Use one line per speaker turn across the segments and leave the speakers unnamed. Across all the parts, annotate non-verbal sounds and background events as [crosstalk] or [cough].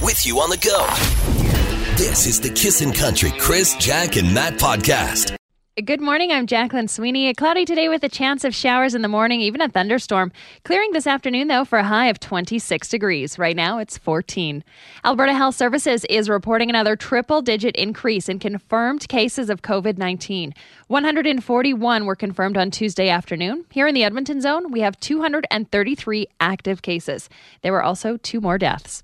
with you on the go. This is the Kissin' Country Chris, Jack, and Matt podcast.
Good morning. I'm Jacqueline Sweeney. Cloudy today with a chance of showers in the morning, even a thunderstorm. Clearing this afternoon, though, for a high of 26 degrees. Right now, it's 14. Alberta Health Services is reporting another triple digit increase in confirmed cases of COVID 19. 141 were confirmed on Tuesday afternoon. Here in the Edmonton zone, we have 233 active cases. There were also two more deaths.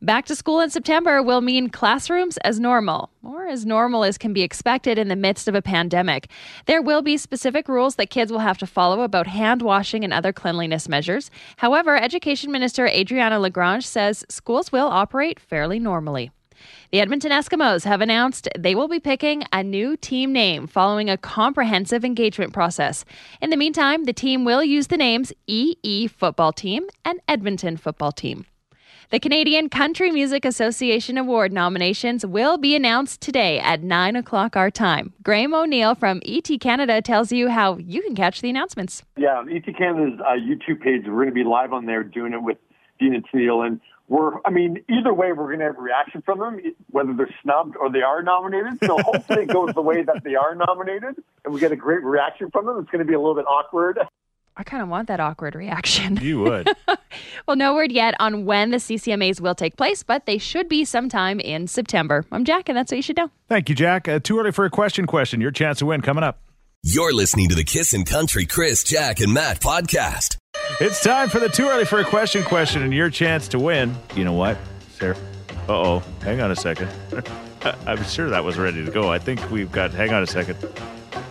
Back to school in September will mean classrooms as normal, or as normal as can be expected in the midst of a pandemic. There will be specific rules that kids will have to follow about hand washing and other cleanliness measures. However, Education Minister Adriana Lagrange says schools will operate fairly normally. The Edmonton Eskimos have announced they will be picking a new team name following a comprehensive engagement process. In the meantime, the team will use the names EE Football Team and Edmonton Football Team. The Canadian Country Music Association Award nominations will be announced today at 9 o'clock our time. Graham O'Neill from ET Canada tells you how you can catch the announcements.
Yeah, ET Canada's uh, YouTube page, we're going to be live on there doing it with Dean and Teal. And we're, I mean, either way, we're going to have reaction from them, e, whether they're snubbed or they are nominated. So hopefully it goes the way that they are nominated and we get a great reaction from them. It's going to be a little bit awkward.
I kind of want that awkward reaction. [laughs]
You would.
well, no word yet on when the CCMAs will take place, but they should be sometime in September. I'm Jack, and that's what you should know.
[laughs] Thank you, Jack. Uh, too early for a question question. Your chance to win coming up.
You're listening to the Kissin' Country Chris, Jack, and Matt podcast.
It's time for the too early for a question question and your chance to win. You know what, Sarah? Uh oh. Hang on a second. [laughs] I- I'm sure that was ready to go. I think we've got. Hang on a second.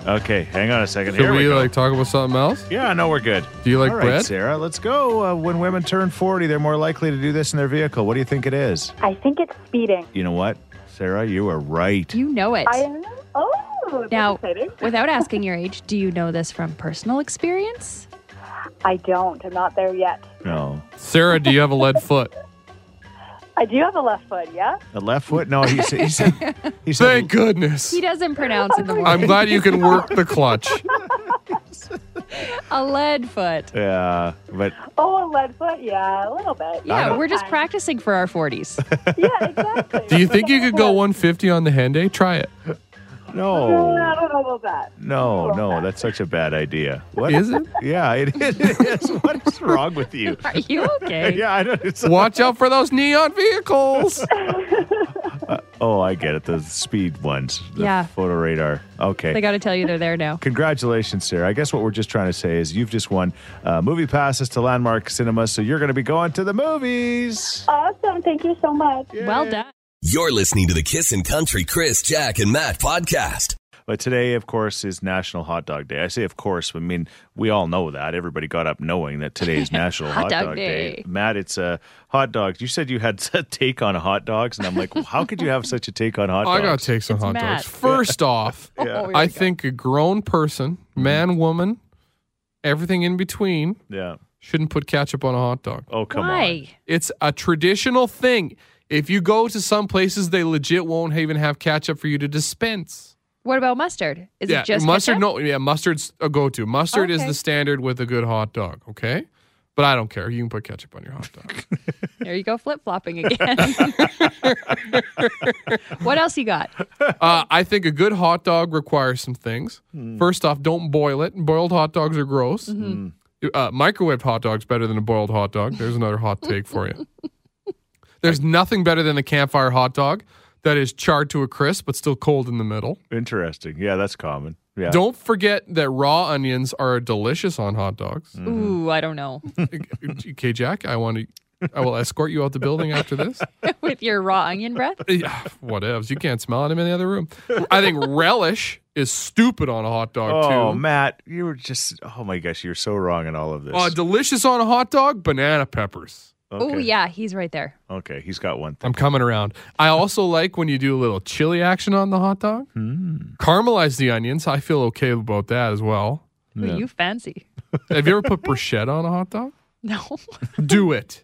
Okay, hang on a second.
Should
Here
we,
we go.
like talk about something else?
yeah, no, we're good.
Do you like
All right,
bread?
Sarah? Let's go. Uh, when women turn 40, they're more likely to do this in their vehicle. What do you think it is?
I think it's speeding.
You know what, Sarah? You are right.
You know it.
I don't know. Oh,
now,
that's exciting.
[laughs]
without asking your age, do you know this from personal experience?
I don't. I'm not there yet.
no,
Sarah, do you have a lead [laughs] foot?
I do have a left foot. Yeah.
the left foot. No, he said. He said. He said
[laughs] Thank goodness.
He doesn't pronounce in the word.
I'm glad you can work the clutch.
a lead foot.
Yeah, but
Oh, a lead foot. Yeah, a little
[laughs]
bit.
Yeah,
don't-
we're just practicing for our 40s.
Yeah, exactly.
Do you think you
[laughs]
could go 150 on the Henday? Try it.
No, I
no,
don't know about that.
no, no, that's such a bad idea. What
Is it?
Yeah, it is. [laughs] It is. What is wrong
[laughs]
with you?
Are you okay?
[laughs] Yeah, I don't. It's
Watch out for those neon
[laughs]
vehicles.
oh, I get it. The speed ones. The
Yeah.
Photo radar. Okay.
They got to tell you they're there
[laughs]
now.
Congratulations, Sarah. I guess what we're just trying to say is you've just won uh, movie passes to Landmark Cinema, so you're going to be going to the movies.
Awesome. Thank you so much.
Well done.
You're listening to the Kissin' Country Chris, Jack, and Matt podcast.
But today, of course, is National Hot Dog Day. I say, of course, I mean, we all know that. Everybody got up knowing that today is National Hot, Dog, Day.
Day.
Matt, it's a hot dog. You said you had [laughs] a take on hot dogs, and I'm like, how could you have such a take on hot
[laughs] I
dogs?
gotta take some
It's
hot
Matt.
dogs. First off,
[laughs] Oh, here
I
we go. Mm-hmm.
think a grown person, man, woman, everything in between,
yeah.
shouldn't put ketchup on a hot dog.
Oh, come on.
Why?
It's a traditional thing. If you go to some places, they legit won't even have ketchup for you to dispense.
What about mustard? Is
yeah,
it just
mustard?
ketchup?
No, yeah, mustard's a go-to. Mustard is
Okay.
the standard with a good hot dog. Okay, but I don't care. You can put ketchup on your hot dog. [laughs]
There you go, flip flopping again. [laughs] what else you got?
uh, I think a good hot dog requires some things. First off, don't boil it. Boiled hot dogs are gross.
Mm-hmm.
Uh, microwaved hot dogs better than a boiled hot dog. There's another hot take
[laughs]
for you. There's nothing better than a campfire hot dog that is charred to a crisp but still cold in the middle.
Interesting. Yeah, that's common. Yeah.
Don't forget that raw onions are delicious on hot dogs.
Ooh, I don't know. [laughs]
[laughs] okay, Jack, I want to. I will escort you out the building
[laughs]
after this.
With your raw onion breath?
[sighs] Yeah, Whatevs. You can't smell it. I'm in the other room. I think relish is stupid on a hot dog,
Oh,
too.
Matt, you were just, oh my gosh, you're so wrong in all of this.
Uh, delicious on a hot dog, banana peppers.
Oh, yeah, he's right there.
Okay, he's got one thing.
I'm coming around. I also like when you do a little chili action on the hot dog.
Hmm.
Caramelize the onions. I feel okay about that as well.
Ooh, you fancy. [laughs]
Have you
[laughs]
ever put bruschetta on a hot dog?
No.
Do it.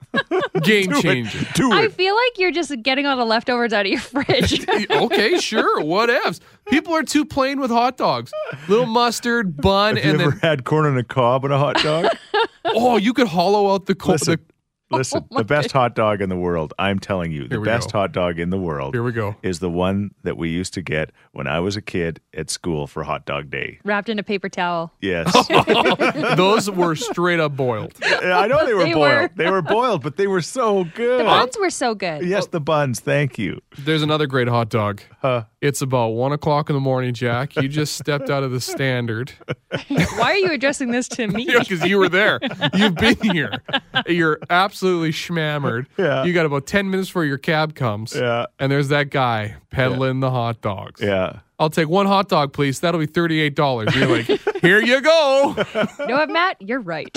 Game changer.
Do
I
it.
feel like you're just getting all the leftovers out of your fridge.
okay, sure. Whatevs. People are too plain with hot dogs. Little mustard, bun,
Have you
and
ever
then
had corn on a cob and a hot dog?
oh, you could hollow out the co-
Listen,
[laughs]
the,
Listen, the best hot dog in the world, I'm telling you, the
Here we
best
go.
hot dog in the world
Here we go.
is the one that we used to get when I was a kid at school for hot dog day.
[laughs] Wrapped in a paper towel. [laughs]
Yes.
Oh.
Those were straight up boiled.
[laughs] I know they were
They
boiled.
were.
They were boiled, but they were so
The
good.
buns were so good.
Yes, the buns. Thank you.
There's another great hot dog.
Huh.
It's about one o'clock in the morning, Jack. You just stepped out of
[laughs]
the standard
Why are you addressing this to me?
because you were there. You've been here. You're absolutely schmammered.
Yeah.
You got about 10 minutes before your cab comes.
Yeah.
And there's that guy peddling the hot dogs.
Yeah.
I'll take one hot dog, please. That'll be $38. You're like, here you go.
[laughs]
You know what, Matt? You're right.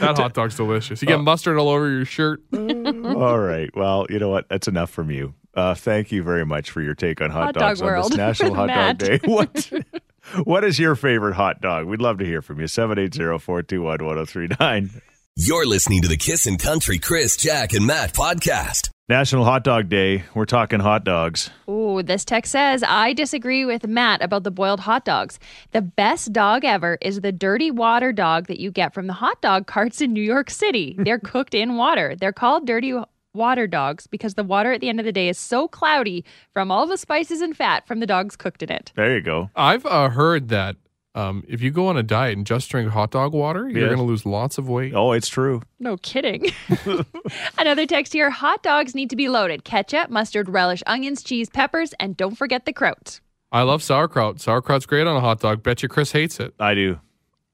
That hot dog's
Uh,
delicious. You get mustard all over your shirt.
Mm-hmm.
All right. Well, you know what? That's enough from you. Uh, thank you very much for your take on hot,
Hot dog
dogs on
world [laughs]
this National
with
Hot
Matt.
Dog Day. [laughs] What? What is your favorite hot dog? We'd love to hear from you. 780 421 1039.
You're listening to the Kissin' Country Chris, Jack, and Matt podcast.
National Hot Dog Day. We're talking hot dogs.
Ooh, this text says, I disagree with Matt about the boiled hot dogs. The best dog ever is the dirty water dog that you get from the hot dog carts in New York City. They're cooked in water. They're called dirty water dogs because the water at the end of the day is so cloudy from all the spices and fat from the dogs cooked in it.
There you go.
I've uh, heard that um, if you go on a diet and just drink hot dog water, you're
Yes.
going to lose lots of weight.
Oh, it's true.
No kidding. [laughs] Another text here hot dogs need to be loaded ketchup, mustard, relish, onions, cheese, peppers, and don't forget the kraut.
I love sauerkraut. Sauerkraut's great on a hot dog. Bet you Chris hates it.
I do.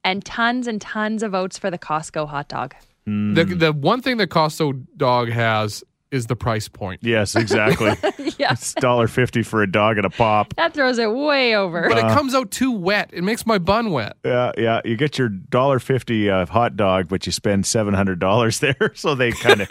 And tons and tons of oats for the Costco hot dog.
The,
Mm.
the one thing that Costco dog has is the price point.
[laughs]
Yes, exactly.
Yes.
it's $1.50 for a dog and a pop.
That throws it way over.
But
Uh.
it comes out too wet. It makes my bun wet.
Yeah, yeah. You get your dollar fifty uh, hot dog, but you spend seven hundred dollars there. [laughs] So they kind of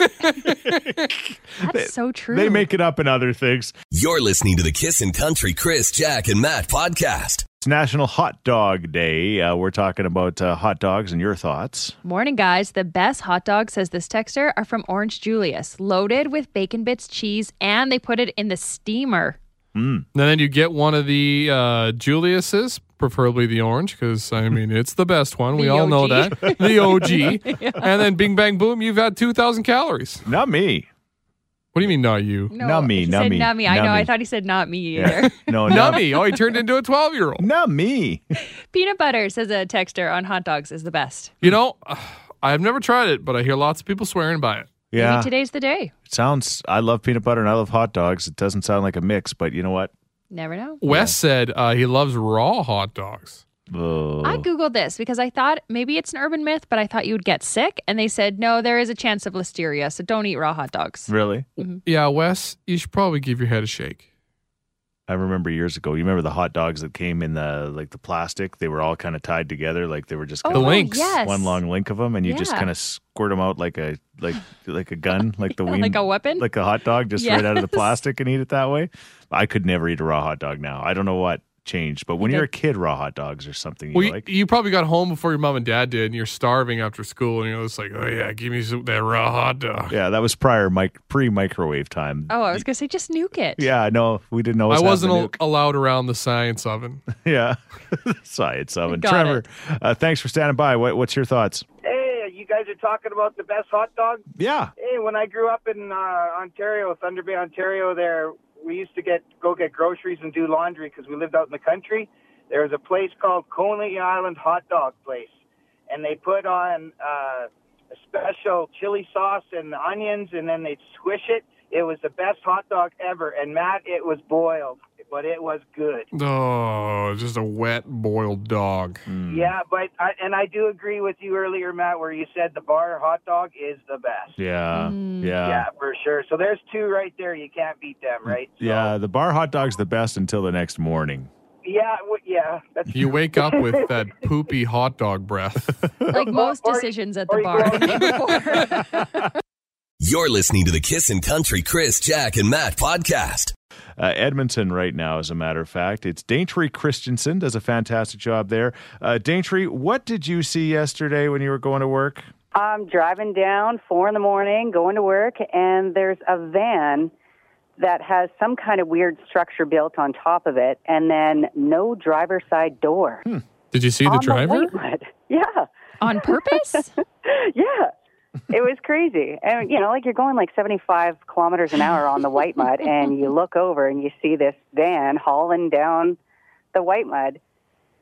That's so true.
they make it up in other things.
You're listening to the Kissin' Country Chris, Jack, and Matt podcast.
It's National Hot Dog Day. Uh, we're talking about uh, hot dogs and your thoughts.
Morning, guys. The best hot dogs, says this texter, are from Orange Julius, loaded with bacon bits, cheese, and they put it in the steamer.
And then you get one of the uh, Julius's, preferably the orange, because
[laughs]
I mean it's the best one. We
The
all know
OG.
that the OG. And then Bing Bang Boom, you've had two thousand calories.
Not me.
What do you mean, not you?
No,
Not me,
he
not
said
me,
Not me. I
not
know.
me.
I thought he said not me either. [laughs]
Yeah. No,
Not
not
me. Oh, he turned into a twelve-year-old.
Not me.
Peanut butter, says a texter, on hot dogs is the best.
You know, [sighs] I've never tried it, but I hear lots of people swearing by it.
Yeah,
Maybe today's the day.
it sounds. I love peanut butter and I love hot dogs. It doesn't sound like a mix, but you know what?
Never know.
Wes said uh, he loves raw hot dogs.
Oh.
I Googled this because I thought maybe it's an urban myth, but I thought you would get sick. And they said, no, there is a chance of listeria, so don't eat raw hot dogs.
really?
Yeah, Wes, you should probably give your head a shake.
I remember years ago. You remember the hot dogs that came in the like the plastic? They were all kind of tied together, like they were just
Oh,
kind of
links.
yes.
one long link of them, and you just
Yeah.
kind of squirt them out like a like like
[laughs]
a gun, like the
[laughs]
ween,
Like a weapon?
like a hot dog, just right out of
Yes.
the plastic and eat it that way. I could never eat a raw hot dog now. I don't know what changed, but when you're a kid, raw hot dogs are something you
Well, you,
like.
you probably got home before your mom and dad did, and you're starving after school, and you're just like, oh, yeah, give me some, that raw hot dog.
yeah, that was prior mic pre microwave time.
Oh, I was going to say, just nuke it.
Yeah, no, we didn't always.
I
have the
wasn't
nuke.
al- allowed around the science oven.
[laughs] Yeah, [laughs] science oven.
Got
Trevor,
it.
uh, thanks for standing by. What, what's your thoughts?
Hey, you guys are talking about the best hot dog.
Yeah,
Hey, when I grew up in uh, Ontario, Thunder Bay, Ontario, there we used to get go get groceries and do laundry because we lived out in the country. There was a place called Coney Island Hot Dog Place, and they put on uh, a special chili sauce and onions, and then they'd squish it. It was the best hot dog ever, and Matt, it was boiled, but it was good.
Oh, just a wet, boiled dog.
Yeah, but I, and I do agree with you earlier, Matt, where you said the bar hot dog is the best.
yeah,
Mm.
yeah.
Yeah, for sure. So there's two right there. You can't beat them, right? So-
Yeah, the bar hot dog's the best until the next morning.
Yeah. w- Yeah. That's
You wake up with that poopy hot dog breath.
Like most
or-
decisions at the
or you
bar.
go out
[laughs]
You're listening to the Kissin' Country Chris, Jack, and Matt podcast.
Uh, Edmonton, right now, as a matter of fact, it's Daintree Christensen does a fantastic job there. Uh, Daintree, what did you see yesterday when you were going to work?
I'm driving down four in the morning, going to work, and there's a van that has some kind of weird structure built on top of it, and then no driver side door.
Did you see the
On
Hmm.
[laughs]
driver?
The waitlet. yeah,
On purpose?
[laughs] yeah. it was crazy. And, you know, like you're going like 75 kilometers an hour on the white mud, and you look over and you see this van hauling down the white mud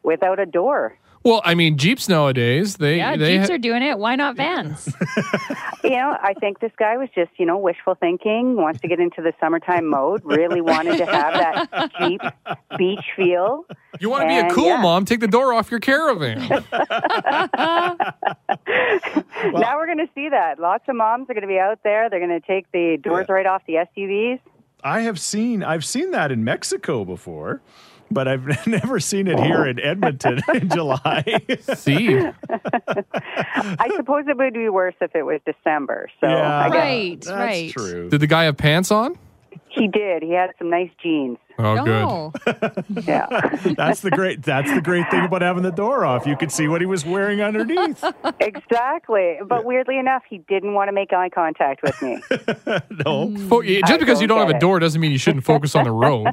without a door.
Well, I mean, Jeeps nowadays,
[laughs]
they.
Yeah,
they
Jeeps
ha-
are doing it. Why not vans?
You know, I think this guy was just, you know, wishful thinking, wants to get into the summertime mode, really wanted to have that cheap beach feel.
you want to be a
and
cool
yeah.
mom, take the door off your
[laughs]
caravan.
now we're going to see that. Lots of moms are going to be out there. They're going to take the doors right off the SUVs.
I have seen I've seen that in Mexico before, but I've [laughs] never seen it here in Edmonton in July. [laughs]
see?
I suppose it would be worse if it was December. So I guess
Right,
that's
right.
true.
Did the guy have pants on?
he did. He had some nice jeans.
Oh, good.
no.
[laughs]
Yeah,
That's the great. That's the great thing about having the door off. You could see what he was
[laughs]
wearing underneath.
exactly. But weirdly enough, he didn't want to make eye contact with me.
No,
Fo- just
I
because you don't
don't
have
get
a
it.
door doesn't mean you shouldn't focus on the
[laughs]
road.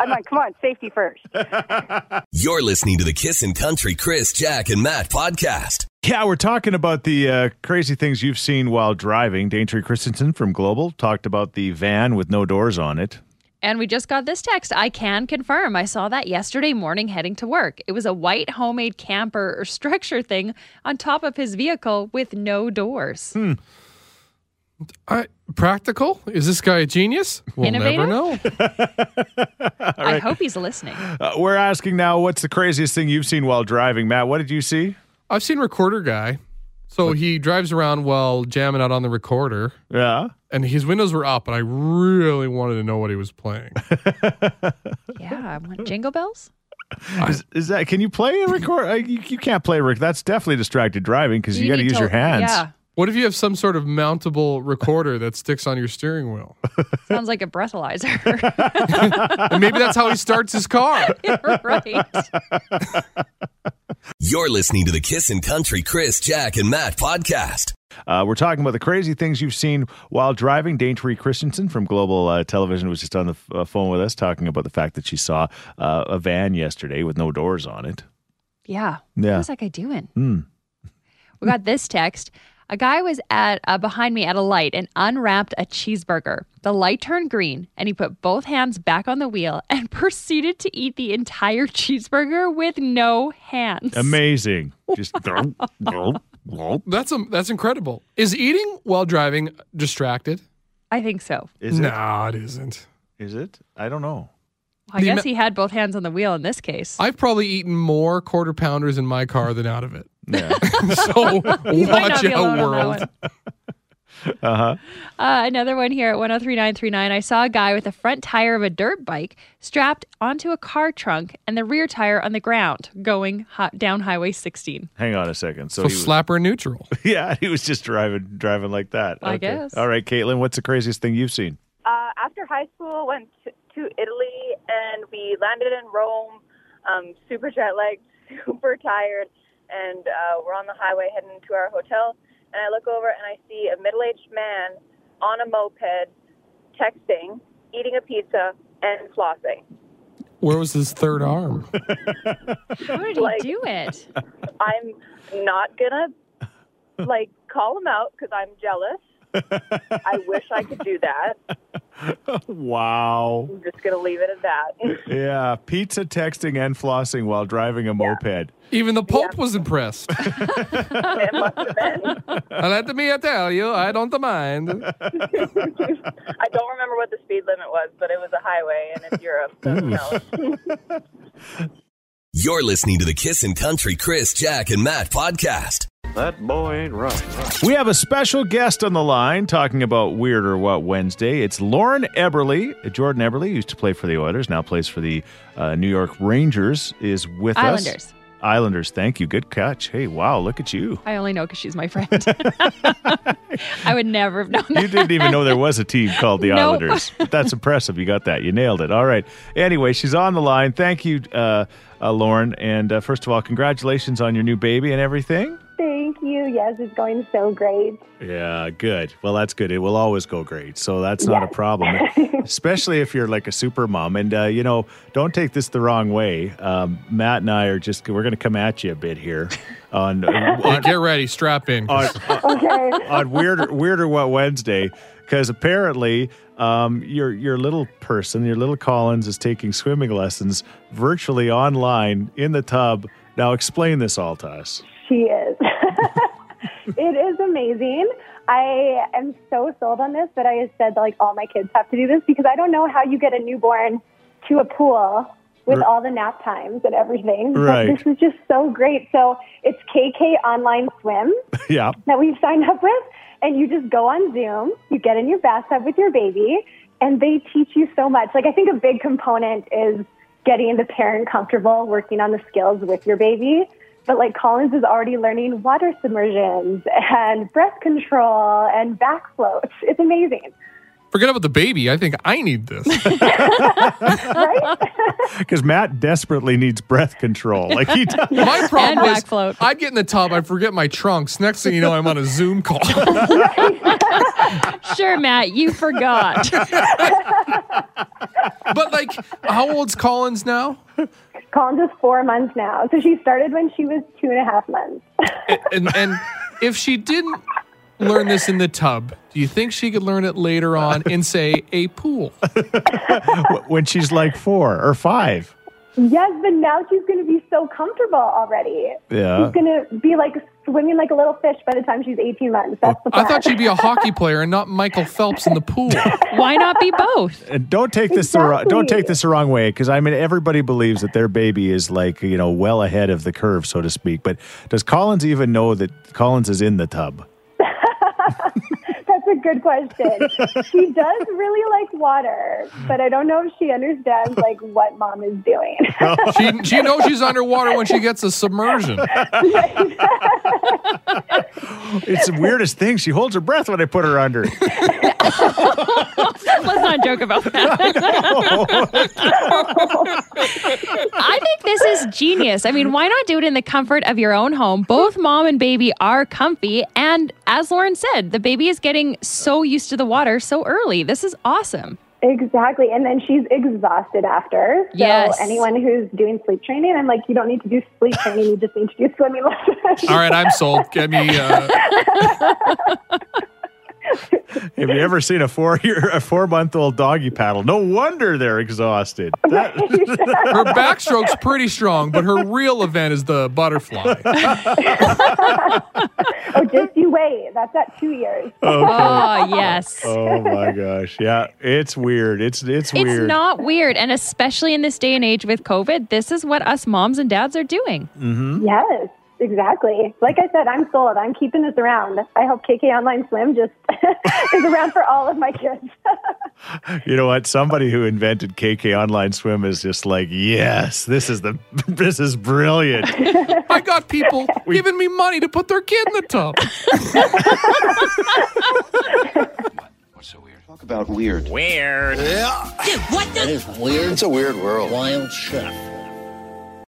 I'm like, come on, safety first.
You're listening to the Kissin' Country Chris, Jack, and Matt podcast.
Yeah, we're talking about the uh, crazy things you've seen while driving. Daintree Christensen from Global talked about the van with no doors on it.
And we just got this text. I can confirm. I saw that yesterday morning heading to work. It was a white homemade camper [laughs] or structure thing on top of his vehicle with no doors.
I, practical? Is this guy a genius? We'll
Innovative?
never know.
I hope he's listening.
Uh, we're asking now, what's the craziest thing you've seen while driving, Matt? What did you see?
I've seen recorder guy. So he drives around while jamming out on the recorder,
Yeah,
and his windows were up, and I really wanted to know what he was playing.
[laughs]
Yeah, I want jingle bells.
is, is that? Can you play a record? uh, you, you can't play a record. That's definitely distracted driving because you, got to
need
use your hands.
Yeah,
What if you have some sort of mountable recorder that sticks on your steering wheel?
sounds like a breathalyzer. [laughs]
And maybe that's how he starts his
[laughs]
car.
right.
You're listening to the Kissin' Country Chris, Jack, and Matt podcast.
Uh, we're talking about the crazy things you've seen while driving. Daintree Christensen from Global uh, Television was just on the f- uh, phone with us talking about the fact that she saw uh, a van yesterday with no doors on it.
Yeah.
Yeah.
What was that guy doing? We got this text. A guy was at uh, behind me at a light and unwrapped a cheeseburger. The light turned green, and he put both hands back on the wheel and [laughs] proceeded to eat the entire cheeseburger with no hands.
Amazing. Just
[laughs]
That's um that's incredible. Is eating while driving distracted?
I think so.
is it?
no, it isn't.
Is it? I don't know.
I
The
guess
ma-
he had both hands on the wheel in this case.
I've probably eaten more quarter pounders in my car than out of it.
Yeah.
[laughs]
[laughs]
So
You might not
watch
be alone on
out,
that
world. Uh-huh.
one.
[laughs]
Uh, another one here at 103939. I saw a guy with the front tire of a dirt bike strapped onto a car trunk and the rear tire on the ground going hi- down Highway 16.
Hang on a second. So,
So
he was,
slapper neutral.
[laughs] yeah, he was just driving, driving like that.
I guess.
All right, Caitlin, what's the craziest thing you've seen?
Uh, after high school, went t- to Italy and we landed in Rome. Um, super jet lagged, [laughs] super tired, and uh, we're on the highway heading to our hotel. And I look over and I see a middle-aged man on a moped, texting, eating a pizza, and flossing.
Where was his third arm?
How did he
Like-
do it?
I'm not gonna like call him out because I'm jealous. I wish I could do that.
Wow.
I'm just gonna leave it at that. [laughs]
Yeah, pizza texting and flossing while driving a moped.
Even the Pope
[laughs]
was impressed.
it must have been.
Let me tell you, I don't
[laughs]
mind.
I don't remember what the speed limit was, but it was a highway and it's Europe, so who knows?
You're listening to the Kissin' Country Chris, Jack, and Matt podcast.
That boy ain't right.
We have a special guest on the line talking about Weird or What Wednesday. It's Lauren Eberly. Jordan Eberly used to play for the Oilers, now plays for the uh, New York Rangers, is with us.
Islanders.
Islanders, thank you. Good catch. Hey, wow, look at you.
I only know because she's my friend. [laughs] I would never have known
You
that.
didn't even know there was a team called the
Nope.
Islanders. But that's impressive. You got that. You nailed it. All right. Anyway, she's on the line. Thank you, uh, uh, Lauren. And uh, first of all, congratulations on your new baby and everything.
Thank you. Yes, it's going so great.
Yeah, good. Well, that's good. It will always go great. So that's not a problem, especially if you're like a super mom. And, uh, you know, don't take this the wrong way. Um, Matt and I are just, we're going to come at you a bit here [laughs] on,
Hey,
on,
get ready, strap in.
Uh,
'cause
Okay.
on weirder, weirder what Wednesday, because apparently um, your your little person, your little Collins, is taking swimming lessons virtually online in the tub. Now explain this all to us. [laughs]
She is. [laughs] it is amazing. I am so sold on this that I said like all my kids have to do this because I don't know how you get a newborn to a pool with
R-
all the nap times and everything. But
Right.
This is just so great. So it's KK Online Swim
yeah,
that we've signed up with, and you just go on Zoom, you get in your bathtub with your baby, and they teach you so much. Like I think a big component is getting the parent comfortable working on the skills with your baby. But like Collins is already learning water submersions and breath control and back floats. It's amazing.
Forget about the baby. I think I
[laughs]
need this.
because Matt desperately needs breath control. Like he does.
My problem
back
is
float.
I'd get in the tub, I'd forget my trunks. Next thing you know, I'm on a
[laughs]
Zoom call.
Sure, Matt, you
[laughs]
forgot.
but like, how old's Collins now?
Collins is four months now. So she started when she was two and a half months.
And and if she didn't learn this in the tub, do you think she could learn it later on in say a pool?
when she's like four or five.
Yes, but now she's going to be so comfortable already.
Yeah.
She's going to be like swimming like a little fish by the time she's 18 months. That's the
I
plan.
thought she'd be a hockey player and not Michael Phelps in the pool.
Why not be both?
And don't take this the wrong, don't take this the wrong way because I mean everybody believes that their baby is like you know well ahead of the curve so to speak. But does Collins even know that Collins is in the tub?
[laughs] That's a
[laughs]
good question. she does really like water, but I don't know if she understands like what mom is
[laughs]
doing. [laughs]
She she knows she's underwater when she gets a submersion.
It's the weirdest thing. She holds her breath when I put her under.
Let's not joke about
[laughs]
that. I think this is genius. I mean, why not do it in the comfort of your own home? Both mom and baby are comfy. And as Lauren said, the baby is getting so used to the water so early. This is awesome.
exactly. And then she's exhausted after. So
Yes.
anyone who's doing sleep training, I'm like, you don't need to do sleep training. You just need to do swimming lessons. [laughs]
All right, I'm sold. Get me. Uh,
Have you ever seen a four year a four month old doggy paddle? No wonder they're exhausted. That-
her backstroke's pretty strong, but her real event is the butterfly.
oh, just you wait. That's at two years.
Oh, yes.
oh my gosh. Yeah. It's weird. It's
It's
it's weird.
not weird. And especially in this day and age with COVID, this is what us moms and dads are doing.
Yes, exactly. Like I said, I'm sold. I'm keeping this around. I hope KK Online Swim just [laughs] is around for all of my kids. [laughs]
you know what? Somebody who invented KK Online Swim is just like, yes, this is the [laughs] this is brilliant.
I got people giving me money to put their kid in the tub.
Talk about weird.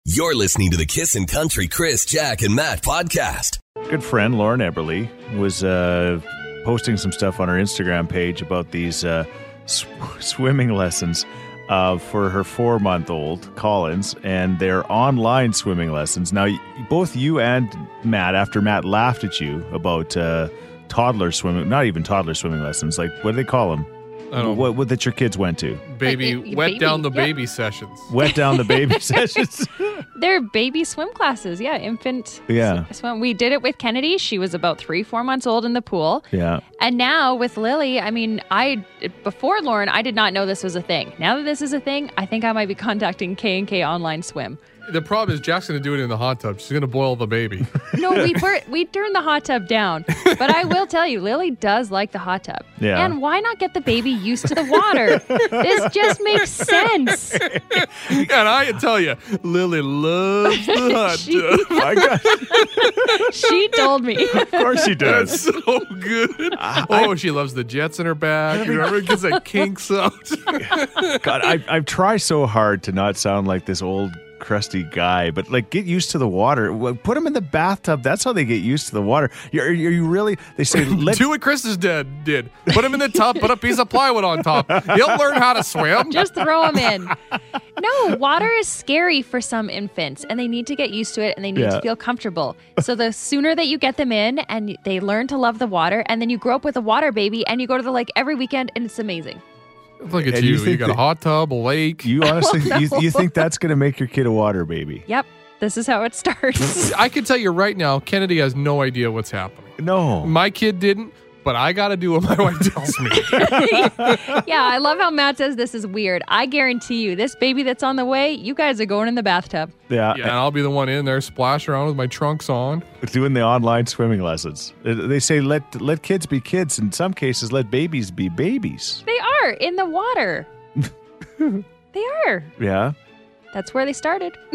You're listening to the Kissin' Country Chris, Jack, and Matt podcast.
Good friend Lauren Eberly was uh, posting some stuff on her Instagram page about these uh, sw- [laughs] swimming lessons uh, for her four month old Collins and their online swimming lessons. Now, y- both you and Matt, after Matt laughed at you about uh, toddler swimming, not even toddler swimming lessons, like what do they call them?
I don't
What, what that your kids went to?
baby
Like,
wet
baby,
down the
yeah.
baby sessions.
Wet down the
[laughs]
baby sessions.
They're baby swim classes. Yeah, infant
Yeah.
s- swim. We did it with Kennedy. She was about three, four months old in the pool.
Yeah.
And now with Lily, I mean, I before Lauren, I did not know this was a thing. Now that this is a thing, I think I might be [laughs] contacting K and K Online Swim.
The problem is Jack's going to do it in the hot tub. She's going to boil the baby.
No, we were, we turned the hot tub down, but I will tell you, Lily does like the hot tub.
Yeah.
And why not get the baby used to the water? this just makes sense.
and I tell you, Lily loves
[laughs]
the hot
She,
tub.
I got, of
she told me. [laughs]
course she
That's
does.
so good. Oh, she loves the jets in her back. You Remember,
[laughs]
because that kinks out.
God, I, I try so hard to not sound like this old crusty guy, but like get used to the water. W- Put them in the bathtub. That's how they get used to the water. You're, you're you really? They say let
Do what Chris is dead did. Put him in the tub. Put a piece of plywood on top. He'll learn how to swim.
Just throw them in. No, water is scary for some infants, and they need to get used to it and they need
Yeah.
to feel comfortable. So the sooner that you get them in and y- they learn to love the water, and then you grow up with a water baby and you go to the lake every weekend, and it's amazing.
Look at
And you
you. You,
think
got a
that-
hot tub, a
[laughs]
lake.
you honestly you, you think that's gonna make your kid a water baby?
Yep, this is how it
[laughs]
starts. [laughs]
I can tell you right now, Kennedy has no idea what's happening.
No.
My kid didn't, but I got to do what my wife [laughs] tells me.
yeah, I love how Matt says this is weird. I guarantee you, this baby that's on the way, you guys are going in the bathtub.
Yeah.
yeah, and I'll be the one in there splash around with my trunks on.
Doing the online swimming lessons. Uh, They say let let kids be kids. In some cases, let babies be babies.
They are in the water. they are.
Yeah. [laughs]
That's where they started. [laughs]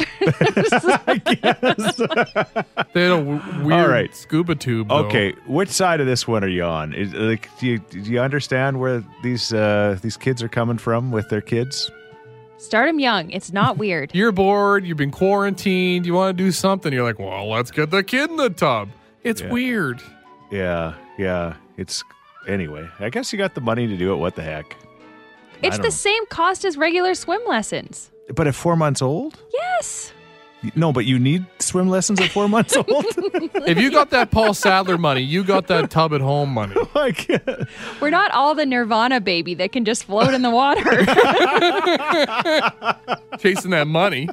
They had a w- weird
All right.
scuba tube. though.
Okay, which side of this one are you on? Is, like, do you, do you understand where these uh, these kids are coming from with their kids?
Start them young. It's not weird.
You're bored. You've been quarantined. You want to do something. You're like, well, let's get the kid in the tub. It's
Yeah.
weird.
Yeah, yeah. It's anyway. I guess you got the money to do it. What the heck?
It's
don't
the
know.
same cost as regular swim lessons.
But at four months old?
Yes.
No, but you need swim lessons at four
[laughs]
months old. [laughs]
If you got that Paul Sadler money, you got that tub at home money.
like,
We're not all the Nirvana baby that can just float in the water.
Chasing that money.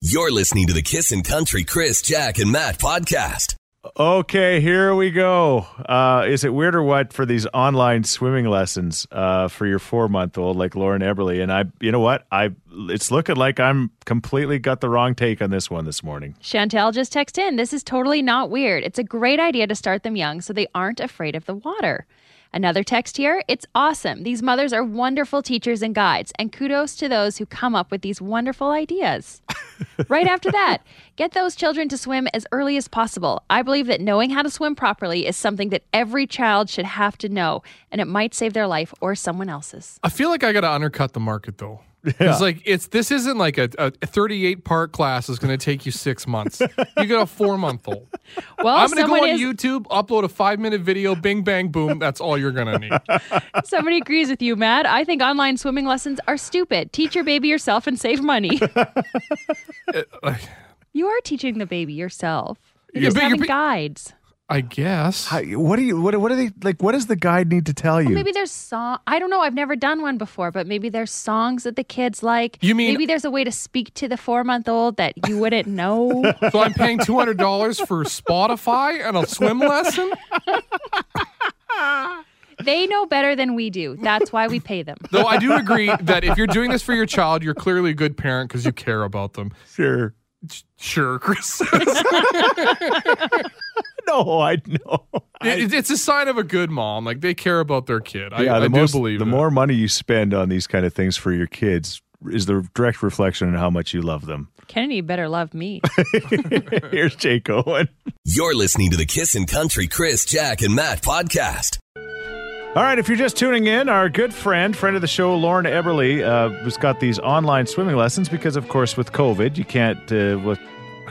You're listening to the Kissin' Country Chris, Jack, and Matt podcast.
okay, here we go. Uh, is it weird or what for these online swimming lessons uh, for your four month old like Lauren Eberly? And I, you know what? I it's looking like I'm completely got the wrong take on this one this morning.
Chantel just texted in this is totally not weird. It's a great idea to start them young so they aren't afraid of the water. Another text here it's awesome. These mothers are wonderful teachers and guides, and kudos to those who come up with these wonderful ideas. right after that, get those children to swim as early as possible. I believe that knowing how to swim properly is something that every child should have to know, and it might save their life or someone else's.
I feel like I got to undercut the market though. It's like it's this isn't like a, a 38 part class is going to take you six months. you got a four month old.
Well,
I'm going to
someone
go on
is,
YouTube, upload a five minute video, bing bang boom. That's all you're going to need.
somebody agrees with you, Matt. I think online swimming lessons are stupid. Teach your baby yourself and save
[laughs]
money. you are teaching the baby yourself. You're
Yeah,
just
but you're
having
be-
guides.
I guess.
How, what do you? What, what are they like? What does the guide need to tell you?
Maybe there's song. I don't know. I've never done one before, but maybe there's songs that the kids like.
You mean-
maybe there's a way to speak to the four month old that you wouldn't
[laughs]
know.
So I'm paying two hundred dollars for Spotify and a swim lesson.
they know better than we do. That's why we pay them.
Though I do agree that if you're doing this for your child, you're clearly a good parent because you care about them.
sure.
Sure, Chris.
No, I know.
[laughs] It- it's a sign of a good mom. Like they care about their kid. I,
yeah,
I
the
do
most,
believe
the
that.
more money you spend on these kind of things for your kids is the direct reflection on how much you love them. [laughs]
Kennedy better love me.
Here's Jake Owen.
You're listening to the Kissin' Country Chris, Jack, and Matt podcast.
All right, if you're just tuning in, our good friend, friend of the show, Lauren Eberly, uh, has got these online swimming lessons because, of course, with COVID, you can't. Uh, what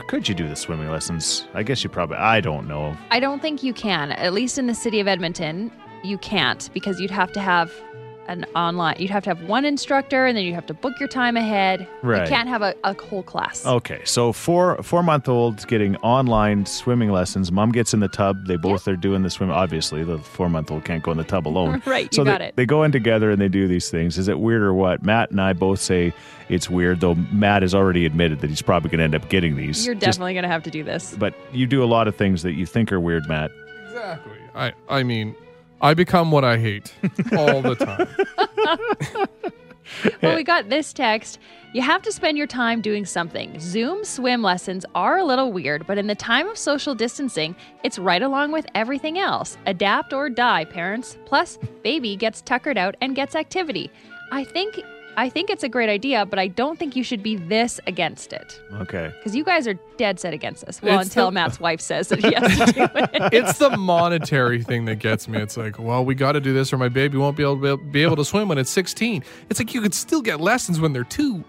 could you do the swimming lessons? I guess you probably. I don't know.
I don't think you can. At least in the city of Edmonton, you can't because you'd have to have an online. You'd have to have one instructor, and then you would have to book your time ahead.
Right. Oh,
You can't have a, a whole class.
Okay, so four four month olds getting online swimming lessons. Mom gets in the tub. They both are doing the swim. Obviously, the four month old can't go in the tub alone.
[laughs] Right, you
so they,
got it.
They go in together and they do these things. Is it weird or what? Matt and I both say it's weird, though. Matt has already admitted that he's probably going to end up getting these.
You're
Just-
definitely gonna have to do this.
but you do a lot of things that you think are weird, Matt.
Exactly. I I mean, I become what I hate all the time.
[laughs]
Well, we got this text. You have to spend your time doing something. Zoom swim lessons are a little weird, but in the time of social distancing, it's right along with everything else. Adapt or die, parents. Plus, baby gets tuckered out and gets activity. I think I think it's a great idea, but I don't think you should be this against it.
Okay.
Because you guys are dead set against this. Well,
It's
until
the-
Matt's wife says that he has to
[laughs]
do it.
It's the monetary thing that gets me. It's like, well, we got to do this or my baby won't be able to be able to swim when it's 16. It's like you could still get lessons when they're 2.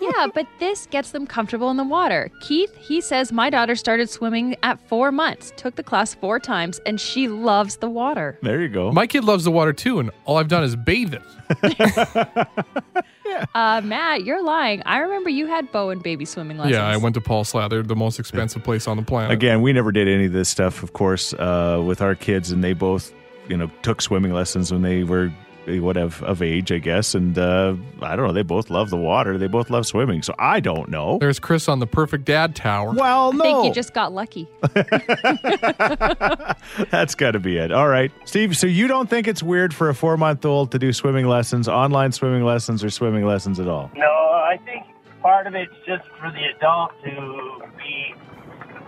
yeah, but this gets them comfortable in the water. Keith, he says, My daughter started swimming at four months, took the class four times, and she loves the water.
There you go.
My kid loves the water too, and all I've done is bathe it.
Uh, Matt, you're lying. I remember you had Bo and baby swimming lessons.
Yeah, I went to Paul Slather, the most expensive place on the planet.
Again, we never did any of this stuff, of course, uh, with our kids, and they both, you know, took swimming lessons when they were eh, what of, of age, I guess. And uh, I don't know. They both love the water. They both love swimming. So I don't know.
There's Chris on the Perfect Dad Tower.
well, no,
I think you just got lucky.
[laughs] that's got to be it. All right, Steve. So you don't think it's weird for a four month old to do swimming lessons, online swimming lessons, or swimming lessons at all?
No, I think part of it's just for the adult to be,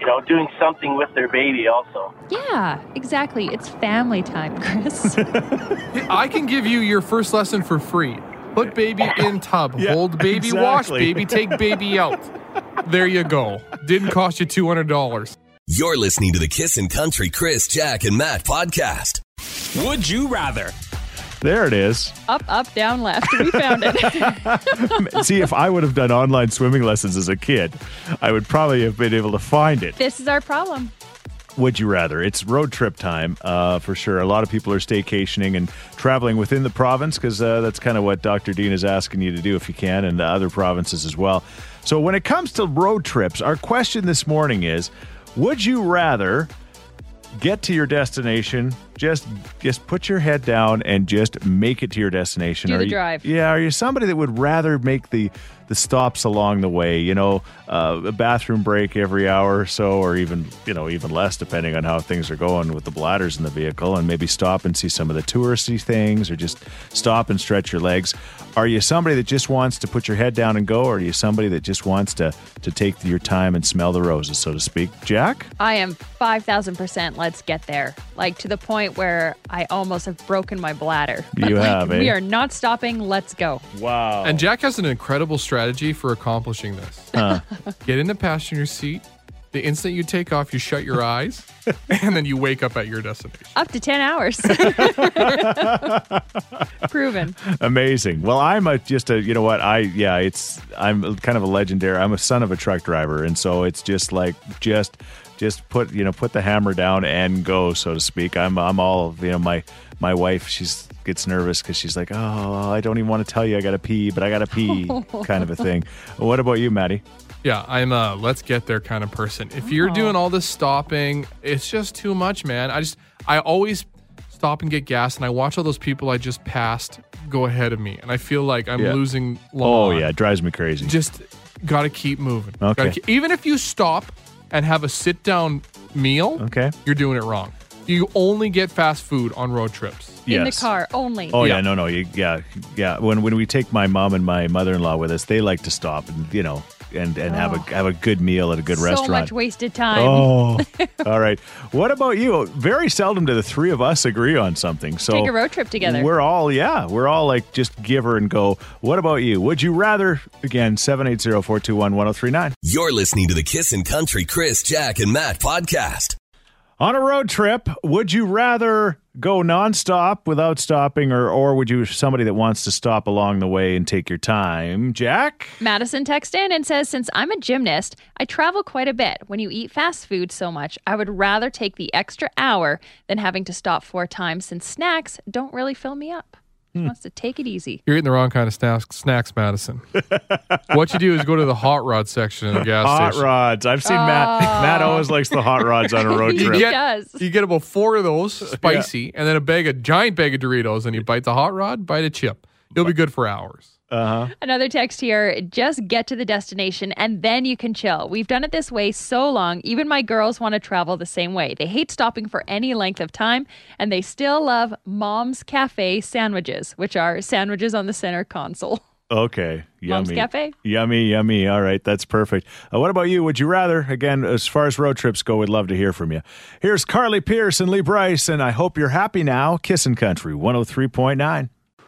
you know, doing something with their baby also.
yeah, exactly. It's family time, Chris.
I can give you your first lesson for free. Put baby in tub,
Yeah,
hold baby, wash
exactly.
baby, take baby out. There you go. Didn't cost you two hundred dollars.
You're listening to the Kissin' Country Chris, Jack, and Matt podcast.
Would you rather?
There it is. [laughs]
up, up, down, left. We found it.
See, if I would have done online swimming lessons as a kid, I would probably have been able to find it.
this is our problem.
Would you rather? It's road trip time uh, for sure. A lot of people are staycationing and traveling within the province because uh, that's kind of what Dr. Dean is asking you to do if you can, and the other provinces as well. So, when it comes to road trips, our question this morning is Would you rather get to your destination, just just put your head down and just make it to your destination.
Do
Are
the
you-
drive.
Yeah, are you somebody that would rather make the the stops along the way? You know, uh, a bathroom break every hour or so, or even you know even less, depending on how things are going with the bladders in the vehicle, and maybe stop and see some of the touristy things, or just stop and stretch your legs. Are you somebody that just wants to put your head down and go, or are you somebody that just wants to to take your time and smell the roses, so to speak? Jack.
I am 5,000% let's get there. Like to the point where I almost have broken my bladder. [laughs]
You
like,
have, eh?
We are not stopping. Let's go.
Wow.
And Jack has an incredible strategy for accomplishing this. Get in the passenger seat. The instant you take off, you shut your eyes, and then you wake up at your destination.
Up to 10
[laughs]
hours. [laughs] Proven.
Amazing. Well, I'm a just a you know what I yeah it's I'm kind of a legendary. I'm a son of a truck driver, and so it's just like just just put you know put the hammer down and go so to speak. I'm I'm all you know my my wife she's gets nervous because she's like oh I don't even want to tell you I gotta pee but I
[laughs]
gotta pee kind of a thing. What about you, Maddie?
Yeah, I'm a let's get there kind of person. If you're
Oh.
doing all this stopping, it's just too much, man. I just I always stop and get gas and I watch all those people I just passed go ahead of me and I feel like I'm
Yeah.
losing
Oh
lawn.
yeah, it drives me crazy.
Just got to keep moving. Gotta
Okay.
keep- even if you stop and have a sit down meal,
Okay.
you're doing it wrong. You only get fast food on road trips.
In the
Yes.
car only.
Oh yeah,
Yeah.
no, no, you, yeah, yeah. When when we take my mom and my mother in law with us, they like to stop and you know and and have a have a good meal at a good
Oh. so
restaurant.
much wasted time. [laughs]
oh, all right. What about you? Very seldom do the three of us agree on something. So
Take a road trip together.
We're all yeah, we're all like just give her and go. What about you? Would you rather? Again, 780-421-1039.
You're listening to the Kissin' Country Chris, Jack, and Matt podcast.
On a road trip, would you rather go nonstop without stopping, or or would you somebody that wants to stop along the way and take your time, Jack?
Madison texts in and says, Since I'm a gymnast, I travel quite a bit. When you eat fast food so much, I would rather take the extra hour than having to stop four times since snacks don't really fill me up. She
Hmm.
wants to take it easy.
You're eating the wrong kind of snacks, snacks Madison.
[laughs]
what you do is go to the hot rod section of the gas
Hot
station.
rods. I've seen Matt. Matt always likes the hot rods on
[laughs]
a road
He
trip.
Oh. Yeah. does.
You get about four of those, [laughs] spicy, and then a bag of giant bag of Doritos, and you bite the hot rod, bite a chip. You'll be good for hours.
Another text here just get to the destination and then you can chill. We've done it this way so long, even my girls want to travel the same way. They hate stopping for any length of time and they still love mom's cafe sandwiches, which are sandwiches on the center console. [laughs]
Okay.
Mom's
Yummy.
Cafe?
Yummy, yummy. All right. That's perfect. Uh, what about you? Would you rather? Again, as far as road trips go, we'd love to hear from you. Here's Carly Pierce and Lee Bryce, and I hope you're happy now. Kissin' Country 103.9.